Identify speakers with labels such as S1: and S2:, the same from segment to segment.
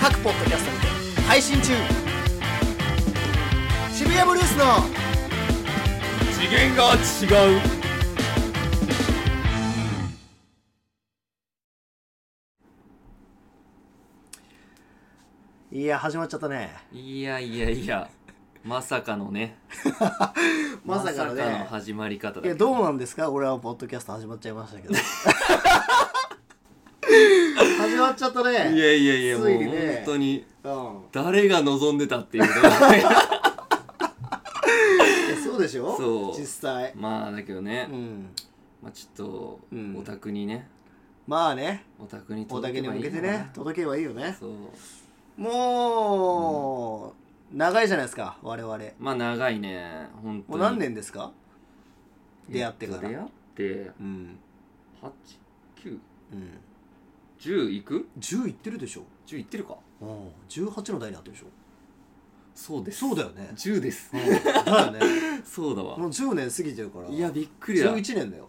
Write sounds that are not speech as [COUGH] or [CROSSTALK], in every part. S1: 各ポッドキャストにて配信中渋谷ブルースの
S2: 次元が違う
S1: いや始まっちゃったね
S2: いやいやいやまさかのね
S1: まさかのね
S2: まさかの始まり方
S1: い
S2: だ
S1: やどうなんですか俺はポッドキャスト始まっちゃいました [LAUGHS] けど始まっちゃったね
S2: いやいやいやも
S1: つ
S2: う
S1: いに
S2: 本
S1: ね
S2: 当に
S1: うん
S2: 誰が望んでた [LAUGHS] っていうね
S1: いやそうでしょ
S2: そう
S1: 実際
S2: まあだけどね、
S1: うん
S2: まあ、ちょっと
S1: うん
S2: お宅にね
S1: まあね
S2: お宅に
S1: おだ
S2: 届
S1: け
S2: け
S1: に
S2: ばい
S1: 向
S2: い
S1: けて
S2: か
S1: ね
S2: な
S1: 届けばいいよね
S2: そう
S1: もう、長いじゃないですか我々も
S2: まあ長いね本当に
S1: う何年ですか出会ってか
S2: 出
S1: ら
S2: 会って
S1: うんうん
S2: 8910いく
S1: 10いってるでしょ
S2: 10いってるか
S1: うん18の代にあってるでしょ
S2: そうです
S1: そうだよ
S2: [LAUGHS]
S1: ね
S2: 10です
S1: だよね
S2: そうだわ
S1: もう10年過ぎてるから
S2: いやびっくりだ
S1: 11年だよ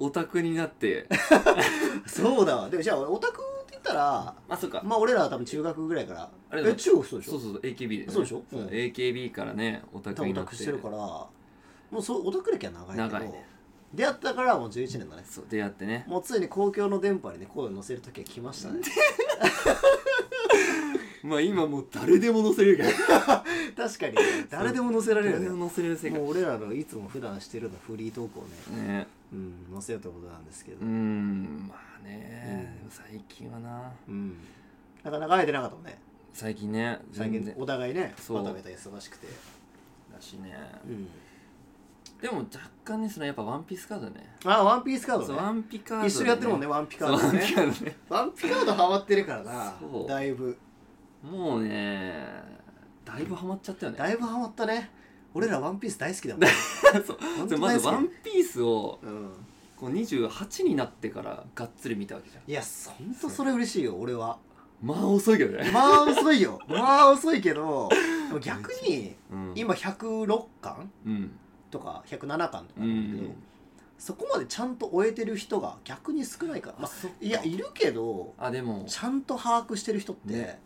S2: オタクに
S1: [LAUGHS]
S2: なって
S1: そうだわでもじゃあオタクって言ったら
S2: まあそっか
S1: まあ俺らは多分中学ぐらいから
S2: あれだ
S1: え中学そうでしょ
S2: そうそうそう AKB で、ね、
S1: そうでしょうん
S2: AKB からねオタ
S1: 多
S2: ク
S1: 分
S2: に
S1: オ
S2: な
S1: タ
S2: って
S1: クしてるからもうそうオタク歴は長いけど
S2: 長いね
S1: 出会ったからもう11年だね
S2: そう出会ってね
S1: もうついに公共の電波にね声を載せる時が来ま
S2: [LAUGHS]
S1: したね
S2: まあ今もう誰でも載せれるから
S1: 確かにね誰でも載せられるよ
S2: [LAUGHS] 誰
S1: ね
S2: でも載せれる世界
S1: もう俺らのいつも普段してるのフリートークをね、
S2: ね
S1: うん、載せようということなんですけど
S2: うー、んまあね、
S1: うん
S2: でも最近はな
S1: うん、なかなか会えてなかったもんね
S2: 最近ね
S1: 最
S2: 全
S1: 近
S2: 然
S1: お互いね
S2: そう
S1: またべた忙しくて
S2: だしね
S1: うん
S2: でも若干ねそのやっぱワンピースカードね
S1: あワンピースカー
S2: そ
S1: ド
S2: う
S1: ね
S2: ワンピカード、
S1: 一緒にやってるもんねワンピカ
S2: そう
S1: ード
S2: ワンピ
S1: ね
S2: カードね
S1: ワンピカードハマってるからな
S2: そう
S1: だいぶ
S2: もうねだいぶハマっちゃったよね
S1: だいぶハマったね俺らワンピース大好きだもん
S2: [LAUGHS] そう
S1: ほん
S2: で
S1: と
S2: ま
S1: 大
S2: ず
S1: 好
S2: ワ
S1: き
S2: ンピースを
S1: うん
S2: こう28になってからがっつり見たわけじゃん
S1: いやほんとそれ嬉しいよ俺は
S2: まあ遅いけどね、
S1: まあ遅い
S2: [LAUGHS]
S1: よまあ遅いけどでも逆に
S2: うん、
S1: 今106巻
S2: うん
S1: とか107巻とかな
S2: う
S1: んだけど、
S2: ん
S1: そこまでちゃんと終えてる人が逆に少ないから、まあ、
S2: そっか
S1: いやいるけど
S2: あでも
S1: ちゃんと把握してる人って
S2: ね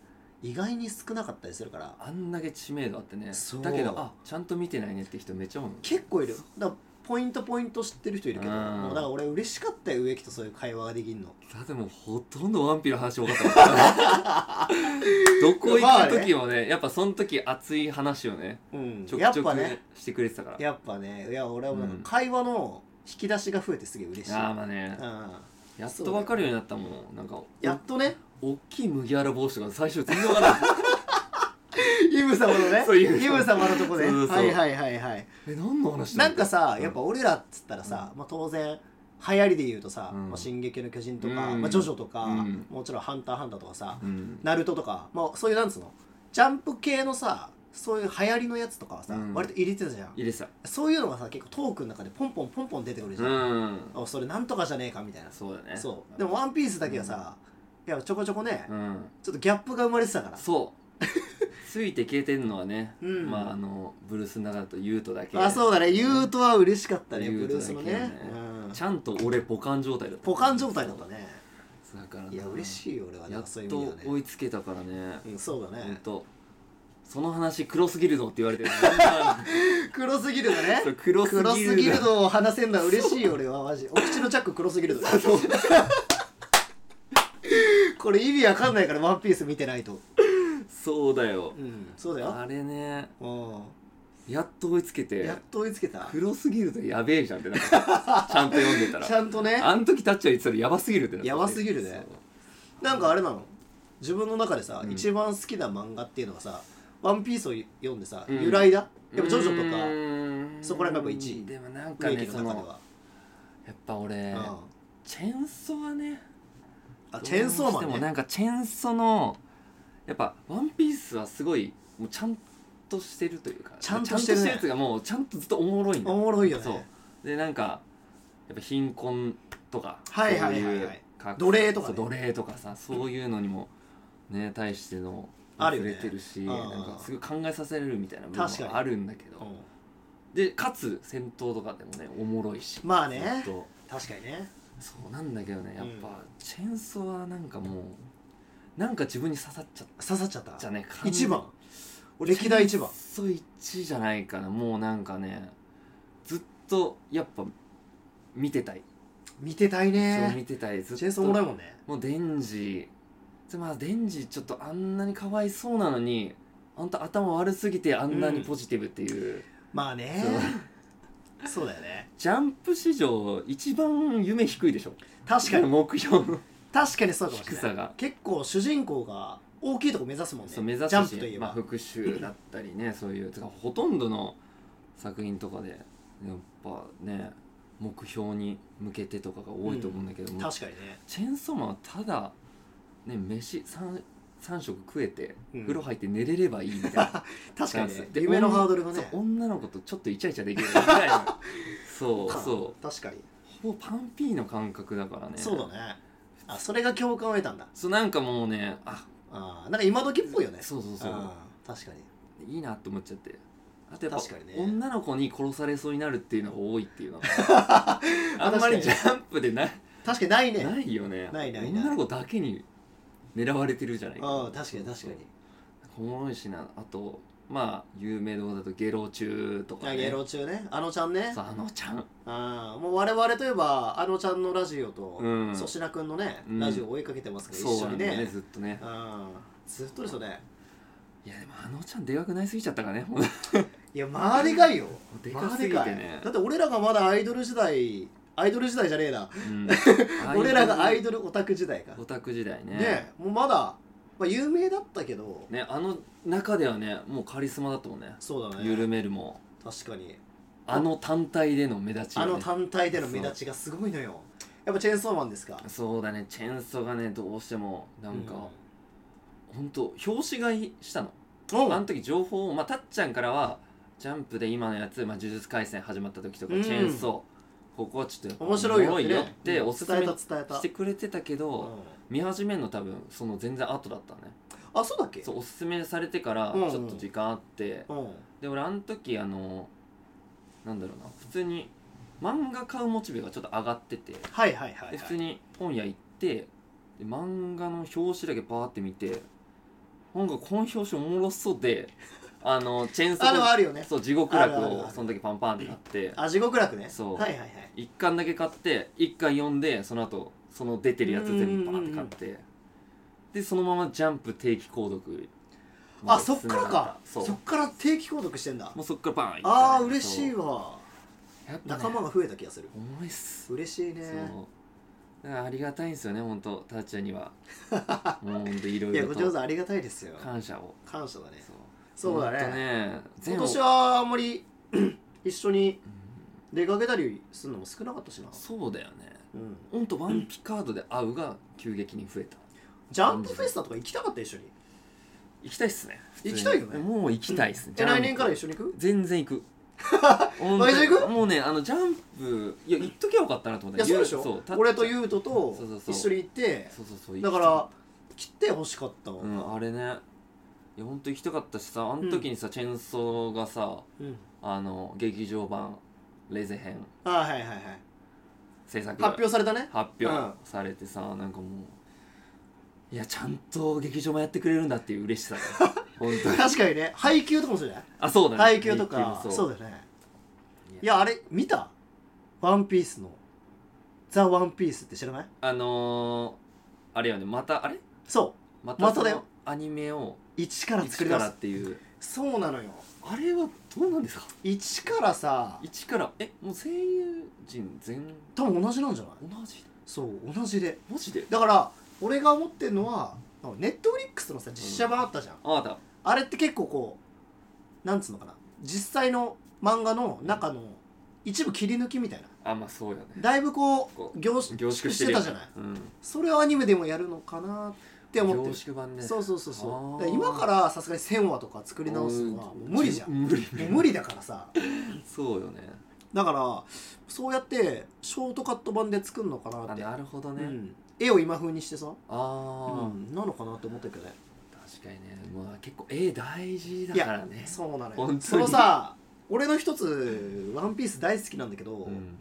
S1: 意外に少なかったりするから
S2: あんだけ知名度あってね
S1: そう
S2: だけどあちゃんと見てないねって人めっちゃ多いもん
S1: 結構いるだからポイントポイント知ってる人いるけど
S2: うん
S1: もうだから俺嬉しかったよ植木とそういう会話ができるの
S2: だってもうほとんどワンピの話多かったから
S1: [LAUGHS]
S2: どこ行く時もねやっぱその時熱い話をね
S1: うん
S2: ちょ
S1: や
S2: く
S1: っ
S2: ちょ
S1: ぱ
S2: く
S1: ね
S2: してくれてたから
S1: やっぱねいや俺はもうなんか会話の引き出しが増えてすげえ嬉しい、
S2: あーまあね
S1: うん、
S2: やっと分かるようになったもんなんか
S1: やっとね
S2: お大きい麦わら帽子とか最初全然分から
S1: [LAUGHS]
S2: ない
S1: イム様のね
S2: そうイム様
S1: イム様のとこね
S2: そうそうそう
S1: はいはいはいはい
S2: え何の話だ
S1: なんかさ
S2: うん
S1: やっぱ俺らっつったらさ、まあ、当然流行りで言うとさ「
S2: うん
S1: まあ、進撃の巨人」とか「
S2: うん
S1: まあ、ジョジョ」とか、
S2: うん
S1: もちろん「ハンターハンター」とかさ「
S2: うん
S1: ナルト」とか、まあ、そういうなんつうのジャンプ系のさそういう流行りのやつとかはさ、
S2: うん
S1: 割と入れてたじゃん
S2: 入れてた
S1: そういうのがさ結構トークの中でポンポンポンポン出てくるじゃ、
S2: うんん
S1: おそれなんとかじゃねえかみたいな
S2: そうだね
S1: そうでも「ワンピースだけはさ、いやちょこちょこね、
S2: うん
S1: ちょっとギャップが生まれてたから
S2: そう
S1: [LAUGHS]
S2: ついて消えてんのはね、
S1: うん
S2: まああのブルースの中だとユウトだけ
S1: あそうだねユウトは嬉しかったね
S2: ユ
S1: ブ
S2: ウト
S1: ルー
S2: だ
S1: ス
S2: け
S1: の
S2: は
S1: ね
S2: ね
S1: うん
S2: ちゃんと俺ポカン状態だった
S1: ポカン状態だったね
S2: そうだからない
S1: や嬉しいよ俺は
S2: や
S1: ね
S2: っ
S1: そういう意味
S2: と
S1: では
S2: 追
S1: ね
S2: いつけたからね
S1: うんそうだ
S2: ほん
S1: ね
S2: とその話黒すぎるぞって言われてる [LAUGHS]
S1: 黒すぎるだね
S2: そう黒すぎる
S1: 黒すぎるのを話せんのは嬉しいよ俺はマジお口のチャック黒すぎるだ
S2: そう
S1: [LAUGHS] これ意味わかんないからワンピース見てないと
S2: そうだよ
S1: うんそうだよ
S2: あれね
S1: う
S2: やっと追いつけ
S1: ん
S2: て
S1: やっと追いつけた
S2: 黒すぎるとやべえじゃんってなったちゃんと読んでた
S1: [LAUGHS] ち
S2: ら
S1: ゃんとね
S2: あん時タッチは言ってたらやばすぎるってなったし
S1: やばすぎるねなんかあれなの自分の中でさ
S2: うん
S1: 一番好きな漫画っていうのはさワンピースを読んでさ
S2: うん
S1: 由来だや
S2: で
S1: っ
S2: も
S1: ぱジョジョとかそ
S2: そ
S1: こら辺がやっぱ一位
S2: でもなんか
S1: 植
S2: ね
S1: 木
S2: そ
S1: の中で
S2: の
S1: は
S2: やっぱ俺、
S1: うん
S2: チェンソーはね
S1: あチェーンソーマ
S2: でも
S1: ン
S2: な
S1: ね
S2: んかチェンソーのやっぱ「ワンピースはすごいもうちゃんとしてるというか
S1: ちゃんとしてるね
S2: ちゃんとやつがもうちゃんとずっとおもろいんだ
S1: お
S2: よ
S1: もろいよね
S2: そうでなんかやっぱ貧困とか
S1: はいはいはいはい
S2: そうう格
S1: 奴隷とかね
S2: そう奴隷とかさそういうのにもね対しての
S1: あるよね
S2: 触れてるし、
S1: うん
S2: なんかすごい考えさせられるみたいな部
S1: 確か
S2: 分
S1: に
S2: もあるんだけど、
S1: うん
S2: でかつ戦闘とかでもねおもろいし
S1: まあね
S2: ずっと
S1: 確かにね
S2: そうなんだけどねやっぱ、
S1: うん
S2: チェーンソーはなんかもうなんか自分に刺さっちゃっ
S1: 刺さっちゃった
S2: たね完
S1: 一番歴代一番
S2: そう一じゃないかなもうなんかねずっとやっぱ見てたい、
S1: 見てたい
S2: そう見
S1: ね
S2: てたいずっと
S1: チェーンソーもらうもんね
S2: もうデンジでまあデンジちょっとあんなにかわいそうなのにあんた頭悪すぎてあんなにポジティブっていう、
S1: まあね
S2: そう
S1: そうだよね
S2: ジャンプ史上一番夢低いでしょ
S1: 確かに
S2: 目標の
S1: 確かにそうかもし
S2: 低
S1: れ
S2: さ
S1: ない
S2: が、
S1: 結構主人公が大きいとこ目指すもんね
S2: そう目指すし
S1: ジャンプといえば、
S2: まあ、復讐だったりねそういうてかほとんどの作品とかでやっぱね目標に向けてとかが多いと思うんだけども、
S1: 確かにね
S2: チェーンソーマンはただね飯 3, 3食食えて、
S1: うん
S2: 風呂入って寝れればいいみたいな
S1: [LAUGHS] 確かに
S2: チ
S1: ね
S2: ャンスで
S1: 夢のハードルが
S2: そう
S1: ね
S2: 女の子とちょっとイチャイチャできるぐらい
S1: [LAUGHS]
S2: のそうそう
S1: 確かに、
S2: ほぼパンピーの感覚だからね
S1: そうだねあそれが共感を得たんだ
S2: そうなんかもうねあ
S1: あーなんか今時っぽいよね
S2: そうそうそう
S1: あー確かに
S2: いいなって思っちゃってあとやっぱ
S1: 確かにね
S2: 女の子に殺されそうになるっていうのが多
S1: [LAUGHS]
S2: いっていうのがあん
S1: 確
S2: ま
S1: か
S2: り
S1: に
S2: ジャンプでな
S1: 確かにないね
S2: ないよね
S1: ないないない
S2: 女の子だけに狙われてるじゃない
S1: ああ確かに確かに
S2: おもろいしなあとまあ有名どこだとゲロ中とか、
S1: あ
S2: ね、
S1: ゲロ中ねあのちゃんね
S2: そうあのちゃん
S1: ああもう我々といえばあのちゃんのラジオと
S2: うん
S1: 粗品君のね、
S2: うん
S1: ラジオを追いかけてますから
S2: そう
S1: 一緒
S2: なん
S1: に
S2: だよ
S1: ね
S2: ねずっとね
S1: ああずっとですよね
S2: いやでもあのちゃんでかくなりすぎちゃったからねほんと
S1: いやまあでかいよ
S2: でかすぎてね
S1: だって俺らがまだアイドル時代アイドル時代じゃねえな
S2: うん、
S1: [LAUGHS] 俺らがアイ
S2: ド
S1: ドルオタク時代か
S2: オタク時代ね
S1: ねもうまだ、まあ、有名だったけど、
S2: ねあの中ではねもうカリスマだったもんね
S1: そうだね
S2: 緩めるも
S1: 確かに
S2: あの単体での目立ちよ
S1: あ
S2: ね
S1: の単体での目立ちがすごいのよやっぱチェーンソーマンですか
S2: そうだねチェーンソーがねどうしてもなんか、
S1: う
S2: ほんと表紙買いしたの
S1: おう
S2: あの時情報をまあたっちゃんからはジャンプで今のやつ、まあ、呪術廻戦始まった時とか、
S1: うん
S2: チェーンソーここはちょっと
S1: 面白いよ
S2: おも
S1: っ
S2: ろ
S1: て,、
S2: い
S1: ね、
S2: よっておすすめ
S1: 伝えた伝えた
S2: してくれてたけ
S1: う
S2: ど、
S1: ん
S2: 見始めるの多分その全然後だったね
S1: あそうだっけ
S2: そうおすすめされてから
S1: う
S2: ち
S1: ん
S2: ょっと時間あって、
S1: うん
S2: で俺あの時あのなんだろうな普通に漫画買うモチベがちょっと上がってて
S1: はいはいはい、
S2: で普通
S1: はい、
S2: に本屋行ってで漫画の表紙だけパーって見てなんかこの表紙おもろそうであのチェーンソ
S1: あでも
S2: ー
S1: あるよね
S2: そう地獄楽
S1: あるあるあ
S2: を
S1: る
S2: その時パンパンって買って
S1: あ地獄楽ね
S2: そう
S1: はいはいはい
S2: 一巻だけ買って一巻読んでその後その出てるやつ全部バーって買ってでそのままジャンプ定期購読
S1: あそっからか
S2: そ
S1: そうっから定期購読してんだ
S2: もうそっからバーン行ったね
S1: あー嬉しい
S2: そう
S1: わ
S2: やっぱね
S1: 仲間が増えた気がする
S2: おもろいっす
S1: 嬉しいね
S2: そうだからありがたいんですよね本当タッチ
S1: [LAUGHS]
S2: ャにはもう本当いろ
S1: い
S2: い
S1: や
S2: ろ
S1: ご長
S2: と
S1: さんありがたいですよ
S2: 感謝を
S1: 感謝だね
S2: そう
S1: そうだ
S2: ほん
S1: ね
S2: とね全
S1: 今
S2: 部
S1: 年はあんまり一緒に出かけたりするのも少なかったしな、
S2: そうだよね
S1: うん、
S2: ほんとワンピカードで会うが急激に増えた
S1: ジャンプフェスタとか行きたかった一緒に
S2: 行きたいっすね普通に
S1: 行きたいよね
S2: もう行きたいっすね
S1: え来年からら一緒に行く
S2: 全然
S1: [LAUGHS]
S2: 行くほんと
S1: 毎週行
S2: もうねあのジャンプいや行っときゃよかったなと思っ
S1: いや
S2: た
S1: そうでし
S2: ゆ
S1: ょ
S2: タッチャ
S1: 俺とユウトと
S2: そうそうそう
S1: 一緒に行って
S2: そうそうそう
S1: だから来てほしかったわ、
S2: うんあれねいやほんと行きたかったしさあの時にさ、チェーンソーがさ
S1: うん
S2: あの劇場版レゼ編
S1: あーはいはいはい
S2: 制作
S1: 発表されたね
S2: 発表されてさ、なんかもういやちゃんと劇場もやってくれるんだってい
S1: [LAUGHS]
S2: う嬉しさが本当に
S1: 確かにね配給とかもそうじゃない
S2: あそうだね
S1: 配給とか
S2: 配給も
S1: そうだよねい
S2: いや
S1: やあれ見たワンピースのザ・ワンピースって知らない
S2: あのー、あれよねまたあれ
S1: そ
S2: ま
S1: ま
S2: た
S1: た
S2: そ
S1: だよ
S2: のアニメを
S1: う一から作
S2: 一
S1: り
S2: か
S1: 出
S2: ら
S1: す
S2: っていう
S1: そうなのよ
S2: あれはどうなんですか
S1: 一からさ
S2: 一からえもう声優陣全
S1: 多分同じなんじゃない
S2: 同じ
S1: そう同じで
S2: マジで
S1: だから俺が思ってるのはネットフリックスのさ実写版あったじゃん、
S2: ああだ
S1: あれって結構こうなんつうのかな実際の漫画の中の一部切り抜きみたいな
S2: あまあそうよね
S1: だいぶこ
S2: こ
S1: う凝
S2: 凝
S1: 縮
S2: 縮し
S1: してて
S2: るよ
S1: た
S2: ね
S1: じゃない
S2: うんっ
S1: それをアニメでもやるのかなって思って
S2: 凝
S1: る
S2: 縮版ね
S1: そううそうそう
S2: あー
S1: そうだから今からさすがに1000話とか作り直すのはもう無理じゃんも
S2: 無理
S1: う無理だからさ
S2: そうよね
S1: だからそうやってショートカット版で作るのかな
S2: あ
S1: って、
S2: なるほど
S1: う
S2: ね、
S1: ん、絵を今風にしてさ、
S2: あ
S1: う
S2: あ、
S1: ん、なのかなって思ってるけどね
S2: 確かにねまあ結構絵大事だからね
S1: そうな
S2: 本
S1: の
S2: 当
S1: よ
S2: に
S1: そのさ俺の一つ「ワンピース大好きなんだけど、
S2: うん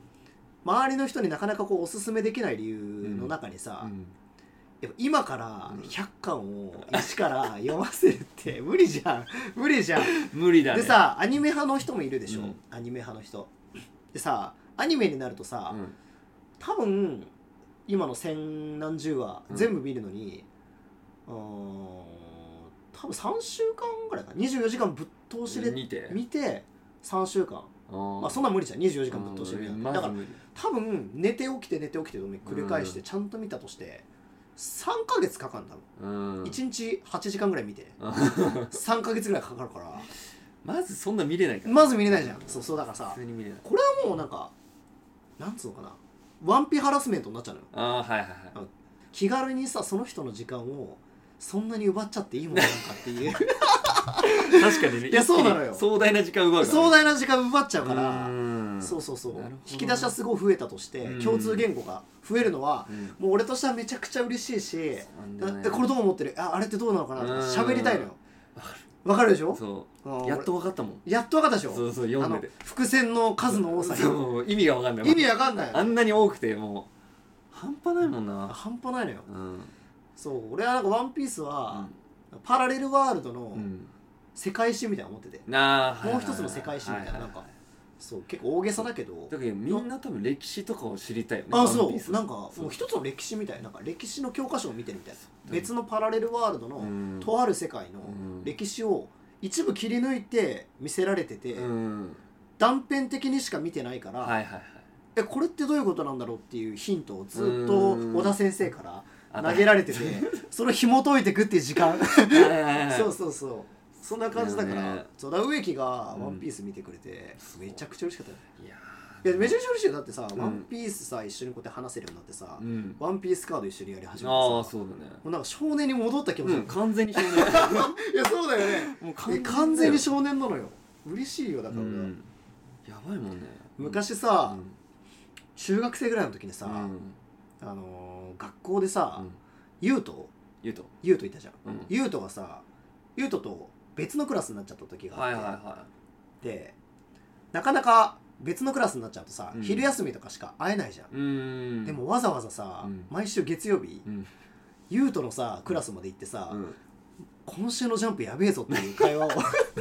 S1: 周りの人になかなかこうおすすめできない理由の中にさ、
S2: うん
S1: やっぱ今から100巻を一から読ませるって
S2: [LAUGHS]
S1: 無理じゃん無理じゃん
S2: 無理だね
S1: でさアニメ派の人もいるでしょ、
S2: うん
S1: アニメ派の人でさアニメになるとさ、
S2: うん
S1: 多分今の千何十話
S2: うん
S1: 全部見るのに、うーん、多分3週間ぐらいか24時間ぶっ通しで
S2: 見て
S1: 見て3週間
S2: ま
S1: まあそんな無理じゃん24時間ぶっ通しで見る
S2: ま
S1: だ
S2: ず
S1: から
S2: 無理
S1: 多分寝て起きて寝て起きての繰り返し
S2: う
S1: てちゃんと見たとして3ヶ月かかんだろ、
S2: うん
S1: 1日8時間ぐらい
S2: [LAUGHS]
S1: 見て
S2: うん
S1: 3ヶ月ぐらいかかるから
S2: まずそんな見れないから
S1: まず見れないじゃんそうそうだからさ
S2: 普通に見れない
S1: これはもうなんかなんつうのかなワンピハラスメントになっちゃうのよ
S2: ああはいはいはい
S1: 気軽にさその人の時間をそんなに奪っちゃっていいものなのかって
S2: [LAUGHS]
S1: いう
S2: 確かにね
S1: いやそうなのよ
S2: 一気に壮大な時間奪うからね
S1: 壮大な時間奪っちゃうから
S2: うん
S1: そうそうそう、
S2: なるほどね
S1: 引き出しはすごい増えたとして
S2: うん
S1: 共通言語が増えるのは
S2: うん
S1: もう俺としてはめちゃくちゃ嬉しいし
S2: なんだ
S1: だっ
S2: よね
S1: てこれどう思ってるああれってどうなのかなとか
S2: うん
S1: 喋りたいのよわかるでしょ
S2: そ
S1: うん
S2: うやっと分かったもん
S1: 俺やっとわかったでしょ
S2: そうそう
S1: あ
S2: 読ん
S1: の
S2: でて
S1: 伏線の数の多さに
S2: そう意味が分かんない
S1: 意味わかんない
S2: あんなに多くてもう半端ないもんな
S1: 半端ないのよ
S2: うん
S1: そう俺はなんか「ワンピースは、パラレルワールド
S2: う
S1: の
S2: ん
S1: 世界史みたいなの持ってて、
S2: なあはい
S1: もう
S2: はいはい
S1: 一つの世界史みたいな,、
S2: はは
S1: なんかそう結構大げさだけど
S2: だけどみんな多分歴史とかを知りたいよね
S1: あ
S2: ワン
S1: そ
S2: ピース
S1: うなんかもう
S2: そう
S1: 一つの歴史みたいななんか歴史の教科書を見てるみたいな
S2: うん
S1: 別のパラレルワールド
S2: う
S1: の
S2: ん
S1: とある世界の
S2: うん
S1: 歴史を一部切り抜いて見せられてて、
S2: うん
S1: 断片的にしか見てないから、
S2: はいはいはい
S1: えこれってどういうことなんだろうっていうヒントをずっと
S2: うん
S1: 小田先生か
S2: あ
S1: ら投げられ
S2: [LAUGHS]
S1: ててそれを紐解いてくっていう時間
S2: はいはいは
S1: [LAUGHS]
S2: い
S1: そうそうそうそんな感じだか
S2: だよ
S1: ら
S2: ね
S1: そうだから植木が「ワンピース見てくれて、
S2: うん
S1: めちゃくちゃ嬉しかったよ
S2: いや
S1: いやめち
S2: ゃ
S1: ゃくちゃ嬉しいよだってさ「
S2: うん
S1: ワンピースさ一緒にこうやって話せるようになってさ「
S2: うん
S1: ワンピースカード一緒にやり
S2: ああ
S1: 始めてさ
S2: ーそうだね
S1: もうなんか少年に戻った気持ち
S2: う
S1: だ
S2: ん
S1: った、
S2: 完全に少年
S1: いやそうだよね
S2: もう
S1: え完全に
S2: だよ
S1: 少年なのよ嬉しいよだから
S2: う
S1: 俺は、
S2: んやばいもんね
S1: 昔さ、
S2: うん
S1: 中学生ぐらいの時にさ、
S2: うん
S1: あのー学校でさ
S2: うん
S1: 優斗
S2: 言うと
S1: 優斗いたじゃん
S2: うん
S1: 優斗がさ優斗と別のクラスになっちゃった時があ
S2: は
S1: っ
S2: い
S1: て、
S2: はいは
S1: でなかなか別のクラスになっちゃうとさ、
S2: うん
S1: 昼休みとかしか会えないじゃん、
S2: いうん
S1: でもわざわざさ、
S2: うん
S1: 毎週月曜日
S2: うん
S1: 優斗のさクラスまで行ってさ、
S2: うん
S1: 今週のジャンプやべえぞっていう会話を
S2: [LAUGHS]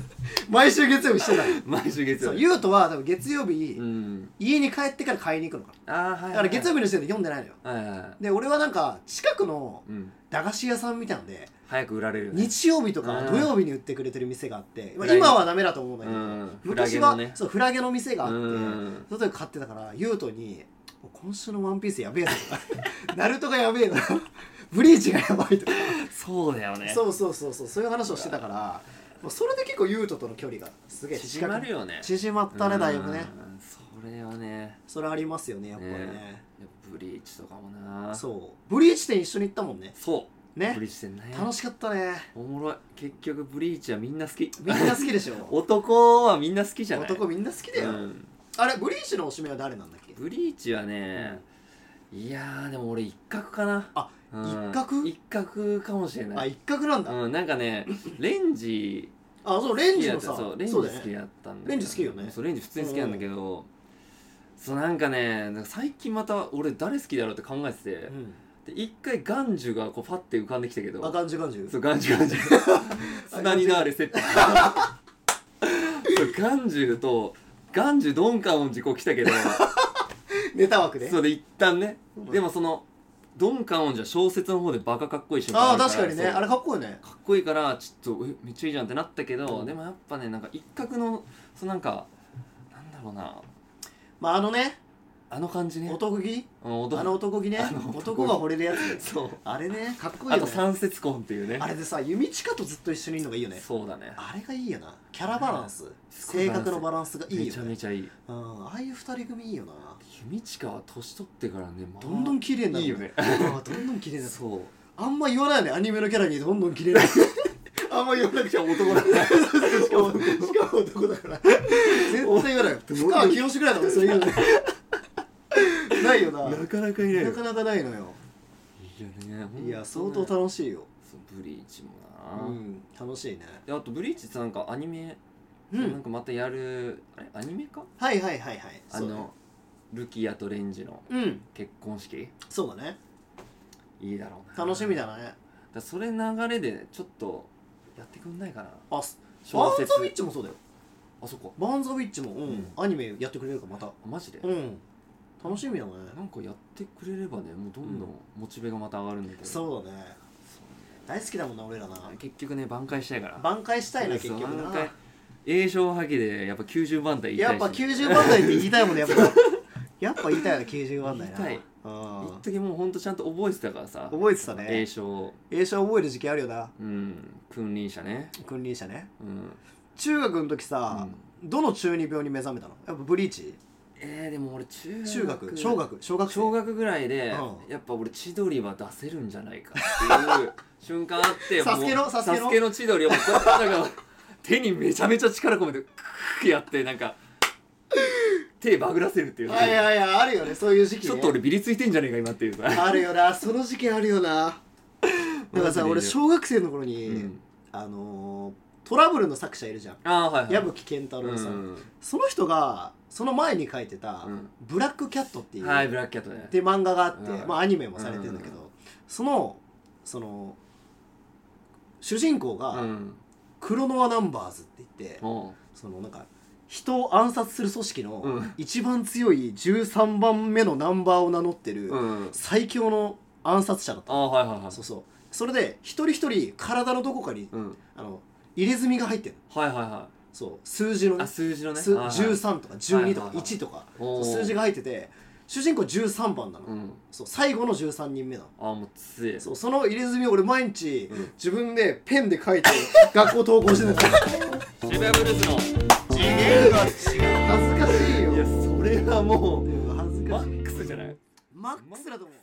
S1: 毎週月曜日してたの
S2: 毎週月
S1: そ
S2: 曜
S1: う
S2: 日
S1: 優斗は多分月曜日、
S2: うん
S1: 家に帰ってから買いに行くのかな
S2: ああはいはい
S1: だから月曜日の時点で読んでないのよ
S2: はいはいはい
S1: で俺はなんか近くの
S2: うん
S1: 駄菓子屋さんみたいので
S2: 早く売られるよね
S1: 日曜日とか
S2: うん
S1: 土曜日に売ってくれてる店があって、まあ
S2: フラゲ
S1: 今はダメだと思うんだけど、
S2: うん
S1: 昔
S2: フラ
S1: は
S2: ゲのね
S1: そうフラゲの店があっ
S2: う
S1: て、
S2: ん
S1: その時買ってたから優斗に「今週のワンピースやべえぞ」とか「 [LAUGHS] ナルトがやべえぞ」ブリーチがやばい」とか、
S2: そうだよね
S1: そうそうそうそうそういう話をしてたからもうそれで結構優斗との距離がすげえ
S2: 縮
S1: 近
S2: ま
S1: く
S2: るよね
S1: 縮まったねだいぶね
S2: うんそれはね
S1: それありますよねやっぱりね
S2: ねやっぱブリーチとかもな
S1: そうブリーチ店一緒に行ったもんね
S2: そう
S1: ね
S2: ブリーチしてんね
S1: 楽しかったね
S2: おもろい結局ブリーチはみんな好き
S1: みんな好きで
S2: [LAUGHS]
S1: しょ
S2: 男はみんな好きじゃない
S1: 男みんな好きだよ、
S2: うん
S1: あれブリーチのおしめは誰なんだっけ
S2: ブリーチはね、いやーでも俺一角かな
S1: あ、
S2: うん
S1: 一角
S2: 一角かもしれな
S1: あ
S2: い
S1: 一角なんだ、
S2: うん、なんかねレンジ
S1: あそうレン
S2: 好き
S1: ジ
S2: だ
S1: の
S2: った
S1: さ
S2: そうレンジ
S1: そ
S2: 好
S1: うだよ
S2: き
S1: ね
S2: だったんだ
S1: レンジ好きよね
S2: そうレンジ普通に好きなんだけど、そうなんかねなんか最近また俺誰好きだろうって考えてて、で一回ガンジュがこうパッて浮かんできたけ
S1: う
S2: ど
S1: ん、あガンジュガンジュ
S2: そうガンジュガ
S1: [LAUGHS]
S2: ンジュ砂になれセットそうガンジュとガンジュドンカンジこう来たけど
S1: ネタ枠で
S2: そうで一旦ね、
S1: ん
S2: でもそのドン・カンオンじゃ小説の方でバカかっこいい瞬間
S1: ああ
S2: るら
S1: 確かにね
S2: そう
S1: あれかっこいいよね
S2: かっこいいからちょっとえめっちゃいいじゃんってなったけど、
S1: うん
S2: でもやっぱねなんか一角のそのなんかなんだろうな
S1: まああのね
S2: あの感じね
S1: 男気
S2: うん男
S1: あの男気ね
S2: あの男気
S1: 男が惚れるやつね
S2: そう
S1: あれねかっこいい
S2: あ
S1: よ
S2: と
S1: ね
S2: 三節婚っていうね
S1: あれでさ弓近とずっと一緒にいるのがいいよね
S2: そうだね
S1: あれがいいよなキャラバランス
S2: すごい
S1: 性格のバランスがいい
S2: め
S1: よ
S2: ちゃ
S1: ね
S2: めちゃいい
S1: うんああいう二人組いいよな
S2: 弓近は年取ってからね、まあ
S1: どんどん綺麗になる
S2: いいよね
S1: あーどんどん綺麗になる
S2: そう
S1: あんま言わないよねアニメのキャラにどんどん綺麗になるあんま言わなく
S2: じゃあ男だね
S1: しかもしかも男だから絶対言わないよ
S2: お
S1: 深川清ぐらいだもんそれ言うのないよな
S2: なかなかいないよ
S1: なかなかないのよ
S2: いやねほんとね
S1: いや相当楽しいよ
S2: そうブリーチも
S1: う
S2: な、
S1: ん楽しいね
S2: であとブリーチってなんかアニメ、
S1: う
S2: なん
S1: ん
S2: かまたやるあれアニメか
S1: はいはいはいはい
S2: あ
S1: そうだね
S2: のルキアとレンジの
S1: うん
S2: 結婚式
S1: そうだね
S2: いいだろうな
S1: 楽しみ
S2: だ
S1: だね
S2: からそれ流れでちょっとやってくんないかな
S1: あすバ
S2: 小
S1: ーン
S2: 説
S1: ザウィッチもそうだよ
S2: あそっか
S1: バーンザウィッチも、うん
S2: うん
S1: アニメやってくれるかまた
S2: マジで、
S1: うん楽しみだね
S2: なんかやってくれればねもうどんどんモチベがまた上がるんだけど、
S1: そうだね大好きだもんな俺らな
S2: 結局ね挽回したいから
S1: 挽回したいな結
S2: そう
S1: 局
S2: 挽
S1: な
S2: 回栄翔はぎでやっぱ90番台言い
S1: や
S2: たい
S1: っ
S2: し
S1: ぱ90番台って言いたいもんね
S2: [LAUGHS]
S1: やっぱやっぱ言いたいな90番台な
S2: 言い
S1: うん
S2: 一時もうほんとちゃんと覚えてたからさ
S1: 覚えてた
S2: 栄
S1: ね
S2: 翔
S1: 英称覚える時期あるよな
S2: うん君臨者ね
S1: 君臨者ね
S2: うん
S1: 中学の時さ、どの中二病に目覚めたのやっぱブリーチ
S2: えー、でも俺中学
S1: 中学小学小学生
S2: 小学ぐらいで、
S1: う
S2: やっぱ俺千鳥は出せるんじゃないかっていう瞬間あっ
S1: [LAUGHS]
S2: て
S1: サスケの
S2: もう
S1: サスケの
S2: サスケの千鳥をこうやってなんか手にめちゃめちゃ力込めてクーやってなんか手バグらせるっていう、
S1: はいはいはいあるよねそういう時期、ね、
S2: ちょっと俺ビリついてんじゃねえか今っていうさ
S1: あるよなその時期あるよなだからさ
S2: マ
S1: 俺
S2: ジで
S1: 小学生の頃に、
S2: うん
S1: あのートラブルの作者いるじゃん
S2: あーはいはい
S1: 矢吹健太郎さん、
S2: うん
S1: その人がその前に書いてた「
S2: うん
S1: ブラックキャット」っていう、
S2: はいブラックキャットね
S1: っていう漫画があって、
S2: うん
S1: まあ、アニメもされてるんだけど、
S2: う
S1: そのその主人公
S2: う
S1: が
S2: ん
S1: クロノアナンバーズって言って、
S2: おう
S1: そのなんか人を暗殺する組織
S2: う
S1: の
S2: ん
S1: 一番強い13番目のナンバーを名乗ってる
S2: うん
S1: 最強の暗殺者だった
S2: あーはいはいはい
S1: そうそうそれで一人一人体のどこかに
S2: うん
S1: あの入れ墨が入ってる
S2: はいはいは
S1: そう数字の
S2: いあ
S1: ね
S2: 数字のね
S1: 数
S2: はいはい
S1: 13とか12と
S2: はいはい
S1: か
S2: はい
S1: 1とか
S2: おー
S1: そう数字が入ってて主人公13番な
S2: う
S1: の
S2: ん
S1: そう最後の13人目なの
S2: あーもうつえ
S1: そうその入れ墨を俺毎日
S2: うん
S1: 自分でペンで書いて [LAUGHS] 学校投稿してた
S2: 渋谷ブルースの
S1: 次元が違う恥ずかしいよ
S2: いやそれはもう
S1: 恥ず
S2: マ
S1: かしい
S2: ックスじゃない
S1: マックスだと思う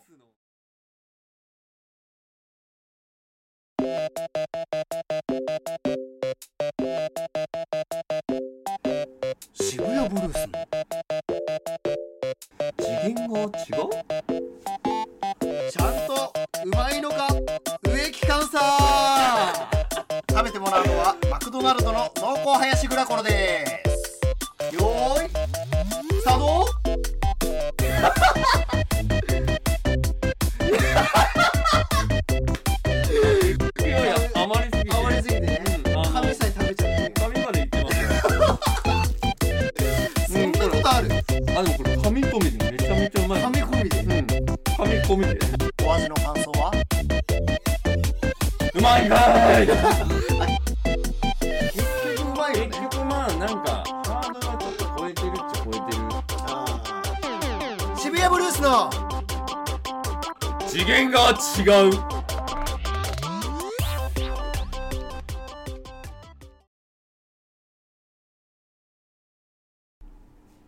S1: 渋谷ブルースの
S2: 次元が違う
S1: ちゃんとうまいのか植木監査食べてもらうのはマクドナルドの濃厚ハヤシグラコロですよーいスタート
S2: いやいや余りすぎて
S1: あわりすぎてね
S2: うんあの
S1: 神さえ食べちゃって
S2: 髪までいってますよ
S1: そんなことある
S2: あでもこれ髪込みでめちゃめちゃうまい
S1: 噛み込みで
S2: うん髪込みで
S1: お味の感想は
S2: うまいかーい
S1: 結局うまいよ
S2: 結
S1: ね
S2: 局まあなんかハードルはちょっと超えてるっちゃ超えてる
S1: 渋谷ブルースの
S2: 次元が違う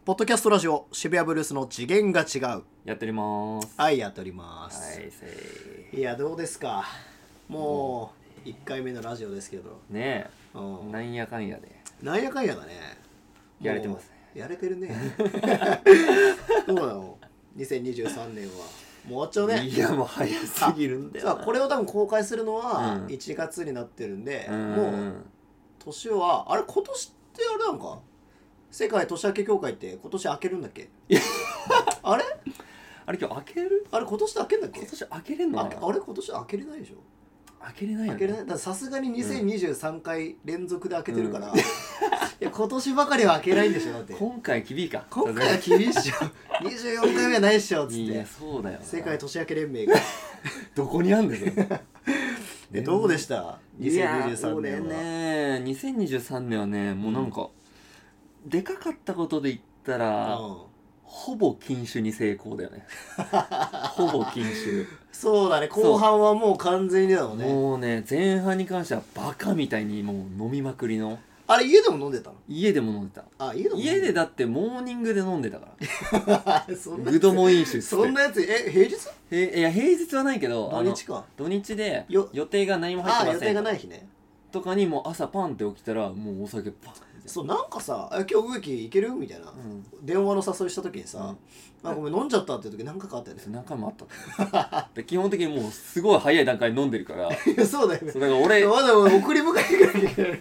S1: ポッドキャストラジオ渋谷ブルースの次元が違う
S2: やっております
S1: はいやっております、
S2: はいせー
S1: い、やどうですかもう1回目のラジオですけど、
S2: ね
S1: う
S2: え
S1: ん
S2: なんやかんやで
S1: なんやかんやだね
S2: やれてますね
S1: もうやれてる
S2: [LAUGHS]
S1: ねどうなの2023年はもう終わっちゃうね
S2: いやもう早すぎるんだよ
S1: さあ
S2: な
S1: これを多分公開するのは
S2: うん
S1: 1月になってるんで、
S2: ん
S1: もう年はあれ今年ってあれなんか世界年明け協会って今年明けるんだっ
S2: [LAUGHS]
S1: けあれ
S2: あれ今日開ける
S1: あれ今年で明けんだっけ
S2: 今年開けれんの
S1: あ
S2: か
S1: あ
S2: な
S1: れ今年明けれないでしょ
S2: 開けれないよ
S1: 開
S2: ね
S1: けれないだからさすがに2023回連続で開けてるから、いや今年ばかりは開けないんでしょだって
S2: 今回厳しいか
S1: 今回は厳しいっしょ24回目はないっしょっつっ
S2: い
S1: て
S2: やそうだよな
S1: 世界年明け連盟
S2: [LAUGHS]
S1: が
S2: どこにあんだよ
S1: でどうでした
S2: いや
S1: 2023
S2: 俺
S1: 年は、
S2: ね2023年はねもうなんか、でかかったことで言った
S1: う
S2: ら、
S1: ん、
S2: ほぼ禁酒に成功
S1: [LAUGHS]
S2: だよねほぼ禁酒
S1: そうだね後半はもう完全にだもんね
S2: もうね前半に関してはバカみたいにもう飲みまくりの
S1: あれ家でも飲んでたの
S2: 家でも飲んでた
S1: あ家でも飲ん
S2: 家で
S1: で
S2: だってモーニングで飲んでたから
S1: た [LAUGHS] そんな
S2: グドモ飲酒っつっ
S1: そん
S2: て
S1: なやつえ平日
S2: へいや平日はないけど
S1: 土
S2: あの
S1: 日か
S2: 土日で予
S1: よ
S2: 定が何も入っ
S1: あ
S2: て
S1: あ
S2: ま
S1: 予
S2: せ
S1: 定
S2: ん
S1: がない日ね
S2: とかにもう朝パンって起きたらもうお酒パンみ
S1: そうなんかさあ「今日植木行ける?」みたいな、電話の誘いした時にさ「あごめん飲んじゃった」っていう時何回かあったよね [LAUGHS]
S2: たいな何回もあった [LAUGHS] で基本的にもうすごい早い段階で飲んでるから
S1: いや [LAUGHS] そうだよね
S2: そうだから俺
S1: まだ俺送り迎え行かなきゃいけ
S2: [LAUGHS]
S1: ない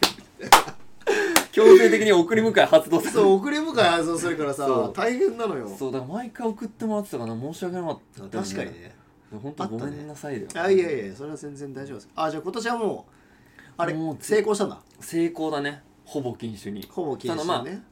S2: 強制的に送り迎え発動す
S1: [LAUGHS]
S2: る
S1: そう送り迎え発送するからさ
S2: そう
S1: 大変なのよ
S2: そうだから毎回送ってもらってたからな申し訳なかった、
S1: 確かにね
S2: 本当ごめんなさいよ、
S1: あいやいやそれは全然大丈夫ですあじゃあ今年はもうあれ
S2: もう
S1: 成功したんだ
S2: 成功だねほぼ禁酒に
S1: ほぼ禁
S2: た
S1: 止
S2: だま
S1: ね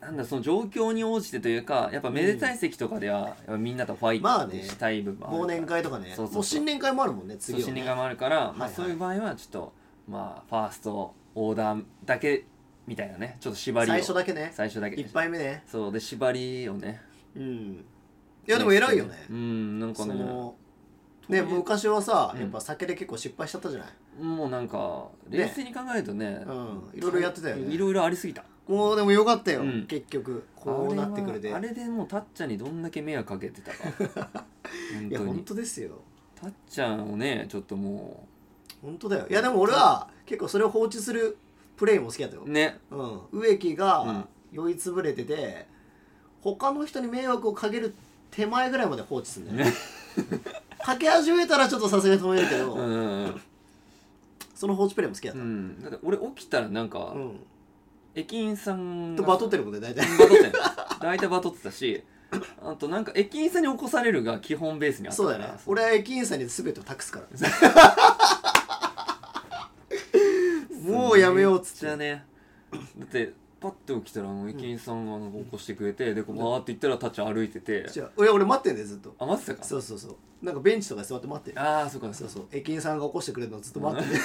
S2: あなんだその状況に応じてというかやっぱめでたい席とかでは、やっぱみんなとファイ
S1: まあ
S2: ト
S1: ね
S2: したい部分も
S1: 忘
S2: あるから
S1: 年会とかね
S2: そうそうそう
S1: もう新年会もあるもんね
S2: そ
S1: 次は、
S2: う
S1: ね、
S2: 新年会もあるから、ま
S1: はいは
S2: あ、
S1: い
S2: そういう場合はちょっとまあファーストオーダーだけみたいなねちょっと縛りを
S1: 最初だけね
S2: 最初だけ
S1: 一杯目ね
S2: そうで縛りをね
S1: うんいやでも偉いよね
S2: うんなんか
S1: そ
S2: ね
S1: のね昔はさ
S2: うん
S1: やっぱ酒で結構失敗しちゃったじゃない、
S2: もうなんか冷静に考えるとね
S1: うんいろいろやってたよね
S2: いろいろありすぎた
S1: もうでもよかったよ、
S2: うん
S1: 結局こうなってくれて
S2: あれはあれでもうたっちゃんにどんだけ迷惑かけてたか
S1: [LAUGHS]
S2: 本
S1: いや
S2: 当
S1: 本
S2: に
S1: 当ですよ
S2: たっちゃんをねちょっとも
S1: 本当だよいやでも俺は結構それを放置するプレイも好きだったよ
S2: う、ね
S1: うん、植木
S2: う
S1: が
S2: ん
S1: 酔いつぶれてて他の人に迷惑をかける手前ぐらいまで放置するんだよ
S2: [LAUGHS]
S1: ねかけ始めたらちょっとさすがに止めるけど、
S2: うんうん
S1: その放置プレイも好きだっ
S2: う
S1: た、
S2: んだって俺起きたらなんか、
S1: うん、
S2: 駅員さん
S1: と
S2: が
S1: バトってるもんね大体
S2: バトってんの大体バトってたしあとなんか駅員さんに起こされるが基本ベースにあった
S1: そう
S2: か
S1: だ
S2: ら
S1: よね俺は駅員さんに全てを託すから
S2: [LAUGHS]
S1: もうやめようっつ
S2: めち
S1: って
S2: ゃねだってパッて起きたらあの駅員さんがなんか起こしてくれて、でこうバーって行ったらたっちゃん歩いてて
S1: じゃあ俺俺待ってんだよずっと
S2: あ待ってたか
S1: そうそうそうなんかベンチとかに座って待ってる
S2: ああそうか
S1: そ
S2: そうう
S1: そう駅員さんが起こしてくれるのをずっと待ってて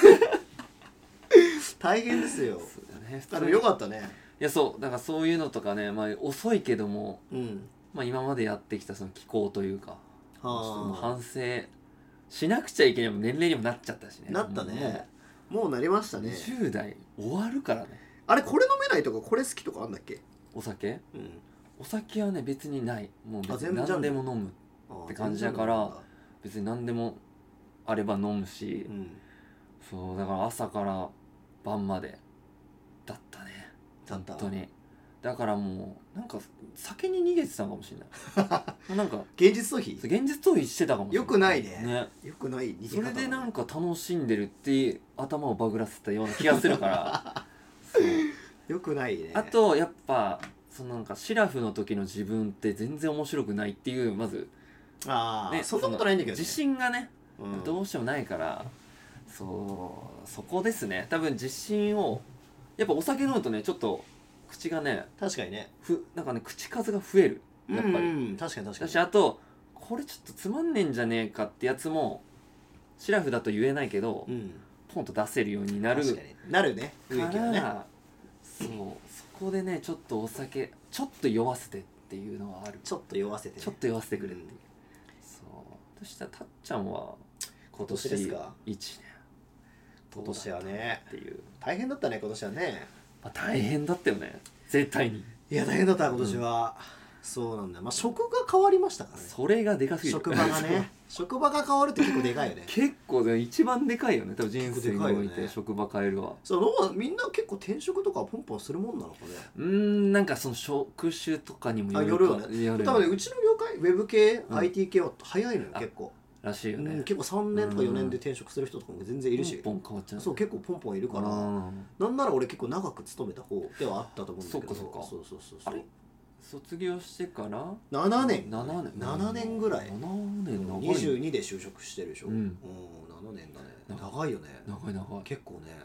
S1: [LAUGHS] 大変ですよ
S2: そうだよね
S1: あでもよかったね
S2: いやそうだからそういうのとかね、まあ、遅いけども、
S1: うん
S2: まあ、今までやってきたその気候というかちょっともう
S1: は
S2: 反省しなくちゃいけないも年齢にもなっちゃったしね
S1: あなったねもうなりました
S2: もう
S1: ね
S2: 20代終わるからね
S1: あれこれ飲めないとかこれ好きとかあんだっけ
S2: お酒
S1: うん
S2: お酒はね別にないもう
S1: あ
S2: 別
S1: 全
S2: に
S1: 然
S2: 何でも飲む
S1: っ
S2: って感じだから別に何でもあれば飲むし、
S1: うん
S2: そうだから朝から晩までだったね
S1: だった
S2: 本当にだからもうなんか酒に逃げてたのかもしれない
S1: [LAUGHS]
S2: もうなんか
S1: 現実逃避
S2: そう現実逃避してたかもしれな
S1: よ
S2: い
S1: くないね
S2: ね
S1: よくない逃げ
S2: そ
S1: 方だ
S2: れ
S1: ね
S2: でなんか楽しんでるって頭をバグらせたような気がするから
S1: [LAUGHS]
S2: そう
S1: よくないね
S2: あとやっぱそのなんかシラフの時の自分って全然面白くないっていうまず
S1: ああ、
S2: ね
S1: そんなことないんだけど、ね、
S2: 自信がね、
S1: うん
S2: どうしてもないからそうそこですね多分自信をやっぱお酒飲むとねちょっと口がね
S1: 確かにね
S2: ふなんかね口数が増えるやっぱり、
S1: うんうん確かに確
S2: だ
S1: か
S2: しあとこれちょっとつまんねえんじゃねえかってやつもシラフだと言えないけど、
S1: にうん
S2: ポンと出せるようになる
S1: 確かになるね
S2: か
S1: 雰囲気は
S2: ら、
S1: ね
S2: そうそこでねちょっとお酒ちょっと酔わせてっていうのはある
S1: ちょっと酔わせて、ね、
S2: ちょっと酔わせてくれっていう、
S1: うん
S2: そうそしたらたっちゃんは
S1: 今
S2: 今年
S1: 年ですか
S2: 1年
S1: 今年はね
S2: っていう、
S1: 大変だったね今年はね
S2: まあ、大変だったよね絶対に
S1: いや大変だった今年は、そうなんだよまあ職が変わりましたからね
S2: それがでかすぎる
S1: 職場が
S2: そう
S1: ね職場が変わるって結構でかいよ [LAUGHS] ね
S2: [LAUGHS] 結構でも一番でかいよね多分人生に
S1: 結構で
S2: おい
S1: かいよね
S2: て職場変えるは
S1: そうみんな結構転職とかポンポンするもんなのかね
S2: うーんなんかその職種とかにも
S1: あ
S2: よ
S1: よる
S2: る
S1: よ
S2: か
S1: ね
S2: よる
S1: 多分ねうちの業界ウェブ系、
S2: うん
S1: IT 系は早いのよ
S2: あ
S1: 結構、
S2: らしいよ
S1: う
S2: ね、
S1: ん、結構3年とか4年で転職する人とかも全然いるし、
S2: ポンポン変わっちゃう
S1: そう結構ポンポンいるから、
S2: うん
S1: なんなら俺結構長く勤めた方ではあったと思うんだけど
S2: そっかそっか
S1: そうそうそう
S2: あれ卒業してから
S1: 7年
S2: 7年
S1: 7年ぐらい
S2: 7年長いね
S1: 22で就職してるでしょ、
S2: うん
S1: 7年だね
S2: 長い
S1: 長いよね
S2: 長い長い
S1: 結構ね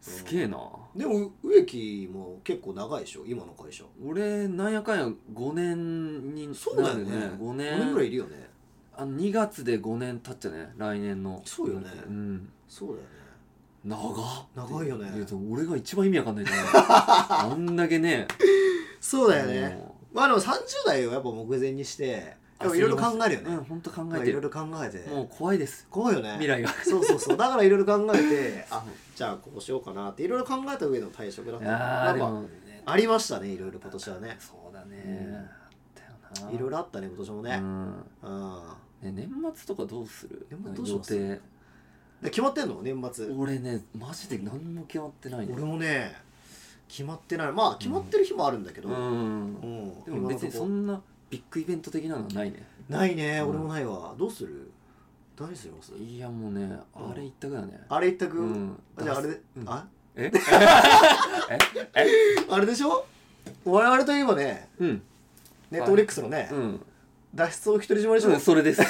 S2: すげえな
S1: でも植木も結構長いでしょ今の会社
S2: 俺なんやかんや5年になる
S1: そうだよね
S2: 5
S1: 5年ぐらい
S2: 年
S1: いるよね
S2: あの2月で5年経っちゃうね来年の
S1: そうよね
S2: うん
S1: そうだよね
S2: 長っ
S1: 長いよね
S2: えっと俺が一番意味わかんない
S1: [LAUGHS]
S2: じゃないあんだけね
S1: そうだよねまあでも30代をやっぱ目前にして
S2: あ
S1: でもいろいろ考えるよ
S2: うん
S1: ね
S2: 本当考
S1: まあ
S2: え
S1: い
S2: て
S1: ろい
S2: る
S1: ろ考えて
S2: もう怖いです
S1: 怖いよね [LAUGHS]
S2: 未来が
S1: そうそうそうだからいろいろ考え
S2: [LAUGHS]
S1: てあ
S2: そう
S1: じゃあこうしようかなっていろいろ考えた上での退職だった
S2: あ
S1: や
S2: ー
S1: っ
S2: で
S1: ぱ
S2: もね
S1: ありましたねいろいろ今年はね
S2: そうだ
S1: うん
S2: ねあったよない
S1: ろい
S2: ろ
S1: ろあったね今年もねうん
S2: ね、年末とかどうする
S1: 年末どうします
S2: 予定
S1: で決まってんの年末
S2: 俺ねマジで何も決まってないね
S1: 俺もね決まってないまあ決まってる日もあるんだけど
S2: う
S1: うん
S2: んで
S1: 今
S2: も
S1: のとこ
S2: 別にそんなビッグイベント的なのはないね
S1: ないね
S2: うん
S1: 俺もないわどうする何すります
S2: いやもうねあれ一択だよね
S1: あれ一択
S2: うん
S1: あじゃああれで
S2: うん
S1: あ
S2: え [LAUGHS] ええ
S1: あれでしょ我々といえばね
S2: うん
S1: ネットフリックスのね
S2: うん
S1: 脱出を独り占め
S2: こ
S1: に
S2: れ
S1: し [LAUGHS]
S2: ち
S1: よ
S2: ょっ
S1: う
S2: とそれです。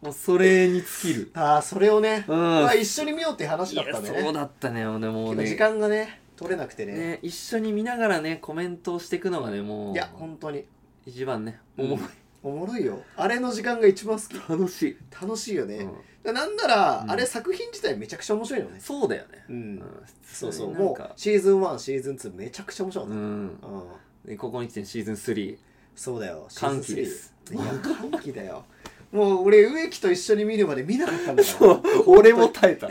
S2: もうそれに尽きる。
S1: ああそれをね、
S2: うん
S1: まあ、一緒に見ようって話
S2: い
S1: だ
S2: や
S1: ったんでね
S2: そうだったね、俺もう
S1: けど時
S2: ね。
S1: 間がね取れなくてね
S2: ね、一緒に見ながらね、コメントをしていくのがね、もう、
S1: いや本当に
S2: 一番ね、
S1: うん
S2: 重い。
S1: おもろいよあれの時間が一番好き
S2: 楽しい。
S1: 楽しいよね、
S2: う
S1: だ
S2: ん
S1: なんなら、
S2: うん
S1: あれ作品自体めちゃくちゃ面白いよね
S2: そうだよね。
S1: うん、
S2: うん
S1: そうそう
S2: なん
S1: も
S2: か
S1: うシーズン1シーズン2めちゃくちゃ面白か
S2: う
S1: っ
S2: ん
S1: た、。うん
S2: でここに来てシーズン3。
S1: [LAUGHS] そうだよシーズン
S2: 歓喜です
S1: 3いや歓喜だよもう俺植木と一緒に見るまで見なかったんだから
S2: [LAUGHS] そう、俺も耐えた。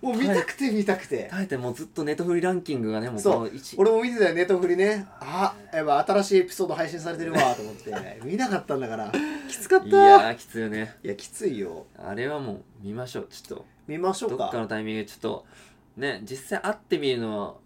S1: もう見たくて見たくて
S2: 耐えて、もうずっとネットフリランキングがね、もう
S1: そう
S2: この1
S1: 俺も見てたよネットフリねあやっぱ新しいエピソード配信されてるわと思って見なかったんだ
S2: [LAUGHS]
S1: からきつかった
S2: い
S1: い
S2: や
S1: や
S2: ー、きついよね。
S1: きついよ
S2: あれはもう見ましょう、ちょっと。
S1: 見ましょう
S2: どっか
S1: か
S2: のタイミングでちょっとね実際会ってみるのは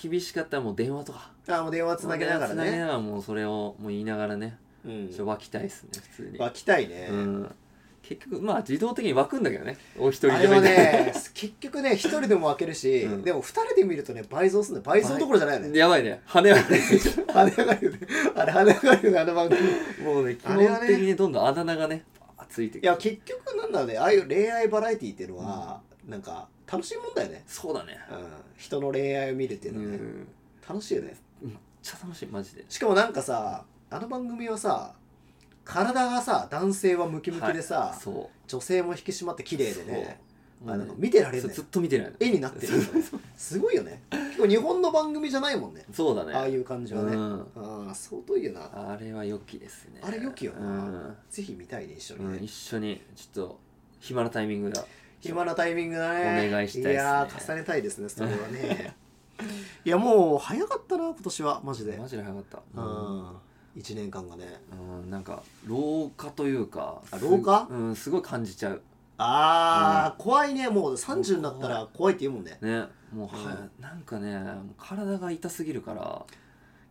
S2: 厳しかったらもう電話とか
S1: あもう電話つなげながら
S2: つなげな
S1: ね
S2: がらもうそれをもう言いながらね
S1: うん
S2: ちょっと湧きたいですね普通に、
S1: 湧きたいね、
S2: うん、結局まあ自動的に湧くんだけどねお一人
S1: あ
S2: で
S1: れ
S2: も
S1: はね結局ね一人でも開けるし、
S2: うん
S1: でも二人で見るとね倍増するね倍増どころじゃないよね
S2: [LAUGHS] やばいね跳
S1: [LAUGHS]
S2: ねはね
S1: 跳ね上がるよねあれ跳ね上がるよねあの番組い
S2: も [LAUGHS] うね基
S1: あれはね
S2: 本的にねどんどんあだ名がねバーッついてくる
S1: や結局なんだろうねああいう恋愛バラエティーっていうのは、なんか楽しいもんだよね、
S2: そうだね
S1: うん、人の恋愛を見るっていう
S2: う
S1: のはね、
S2: ん
S1: 楽しいよね
S2: めっちゃ楽しいマジで
S1: しかもなんかさあの番組はさ体がさ男性はムキムキでさ、
S2: はいそ
S1: 女性も引き締まって綺
S2: う
S1: 麗でね
S2: そう
S1: まあなんか
S2: もうね
S1: 見てられる
S2: そう
S1: ね
S2: ずっと見てられる
S1: 絵になってるよねすごいよね結構日本の番組じゃないもんね
S2: そうだね
S1: ああいう感じはね、
S2: うん
S1: ああ相当いいよな
S2: あれは良きですね
S1: あれ良きよな
S2: うん
S1: ぜひ見たいね一緒
S2: う
S1: に
S2: ん、
S1: ね
S2: 一緒にちょっと暇なタイミングが
S1: 暇なタイミングだね
S2: お願いしたいっすね
S1: やー重ねたいですねそれはね
S2: [LAUGHS]
S1: いやもう早かったな今年はマジで
S2: マジで早かった
S1: う
S2: うん
S1: ん1年間がね
S2: うんなんか老化というか
S1: あ
S2: す
S1: 老化
S2: うんすごい感じちゃう
S1: あー、怖いねもう30になったら怖いって言うもんね
S2: ねもうは、なんかねもう体が痛すぎるから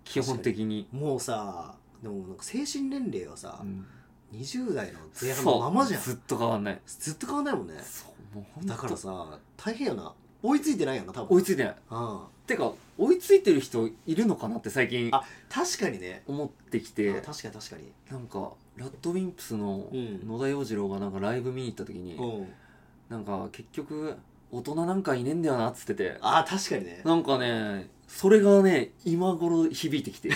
S2: 基本的に
S1: もうさでもなんか精神年齢はさ、
S2: うん
S1: 20代の前半
S2: そ
S1: の
S2: う
S1: ままじゃん
S2: ずっと変わんない
S1: ずっと変わんないもんね
S2: そうもうほんと
S1: だからさ大変よな追いついてないよな多分
S2: 追いついてない
S1: うん
S2: てか追いついてる人いるのかなって最近
S1: あ確かにね、
S2: 思ってき
S1: あ
S2: て
S1: 確かに確かに
S2: なんかラッドウィンプスの
S1: うん
S2: 野田洋次郎がなんかライブ見に行った時に、
S1: うん
S2: なんか結局大人なんかいねえんだよなっつってて
S1: あ確かにね
S2: なんかねそれがね今頃響いてきて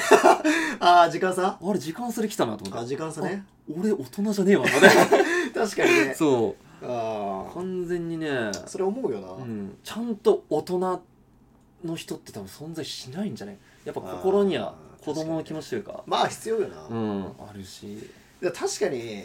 S1: あー時間差
S2: あれ時間差で来たなと思
S1: あ
S2: って
S1: 時間差ね
S2: 俺大人じゃねえわあ
S1: 確かに
S2: れ
S1: [LAUGHS] ね
S2: [LAUGHS] そ
S1: あ
S2: う
S1: ー
S2: 完全にね、
S1: それ思うよな、
S2: うん、ちゃんと大人の人って多分存在しないんじゃないやっぱ心には
S1: あー
S2: 子供の気持ちというか
S1: まあ必要よな、
S2: うんあるし
S1: で確かに